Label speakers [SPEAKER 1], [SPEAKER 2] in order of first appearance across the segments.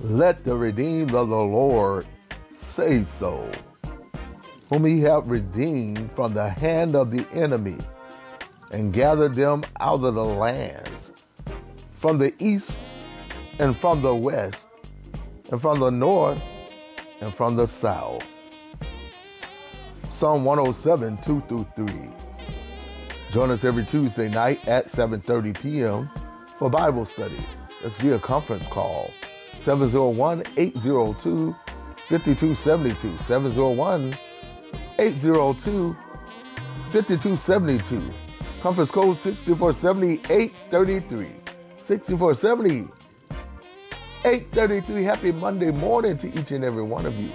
[SPEAKER 1] Let the redeemed of the Lord say so, whom he hath redeemed from the hand of the enemy, and gathered them out of the lands, from the east and from the west, and from the north and from the south. Psalm 107, 2 through 3. Join us every Tuesday night at 7.30 p.m. for Bible study. That's via conference call. 701-802-5272. 701-802-5272. Conference code 6470-833. 6470 8.33 happy monday morning to each and every one of you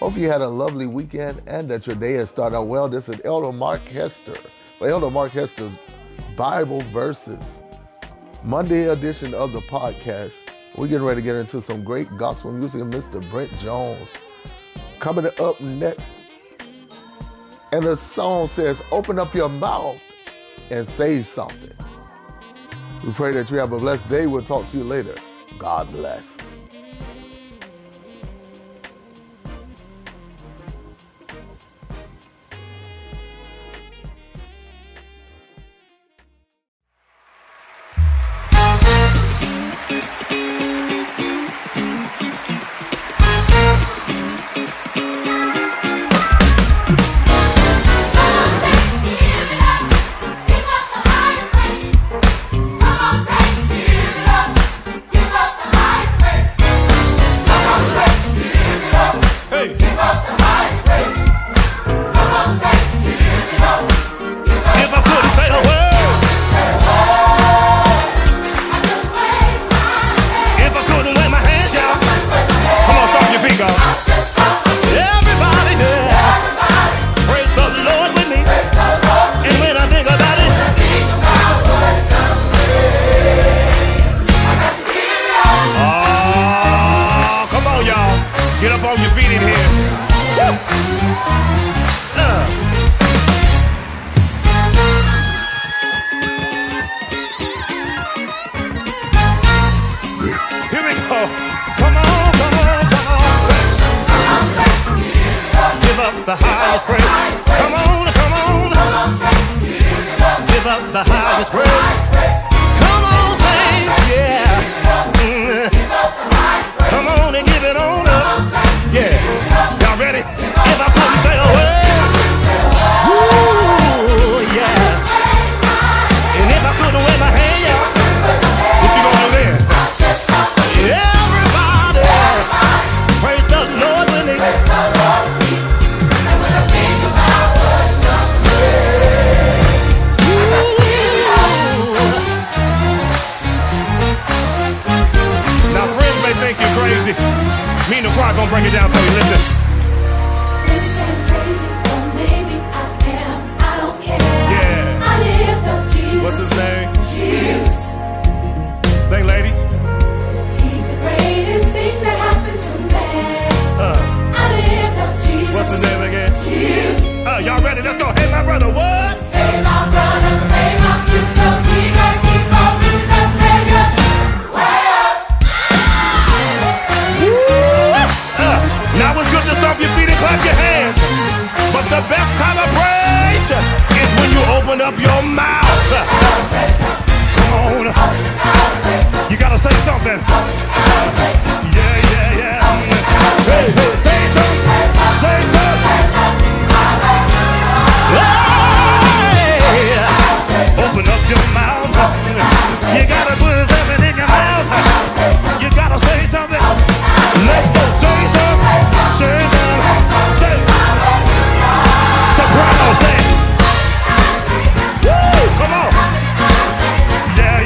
[SPEAKER 1] hope you had a lovely weekend and that your day has started out well this is elder mark hester for elder mark hester's bible verses monday edition of the podcast we're getting ready to get into some great gospel music with mr brent jones coming up next and the song says open up your mouth and say something we pray that you have a blessed day we'll talk to you later God bless.
[SPEAKER 2] Oh, Mm. Uh,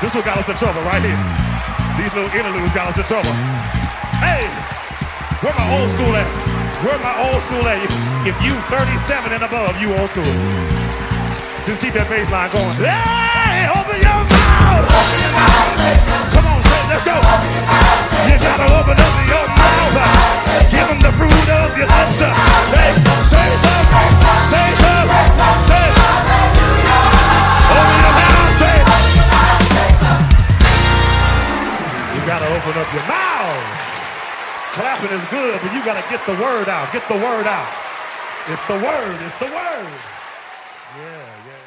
[SPEAKER 2] This what got us in trouble right here. These little interludes got us in trouble. Hey, where my old school at? Where my old school at? If you 37 and above, you old school. Just keep that bass line going. Hey, open your mouth. Open your mouth. Come on, son, let's go. You gotta open up your mouth. Give them the fruit of your lips. Hey, say something. Say something. Say Open your mouth. Say You gotta open up your mouth. Clapping is good, but you gotta get the word out. Get the word out. It's the word. It's the word. Yeah, yeah.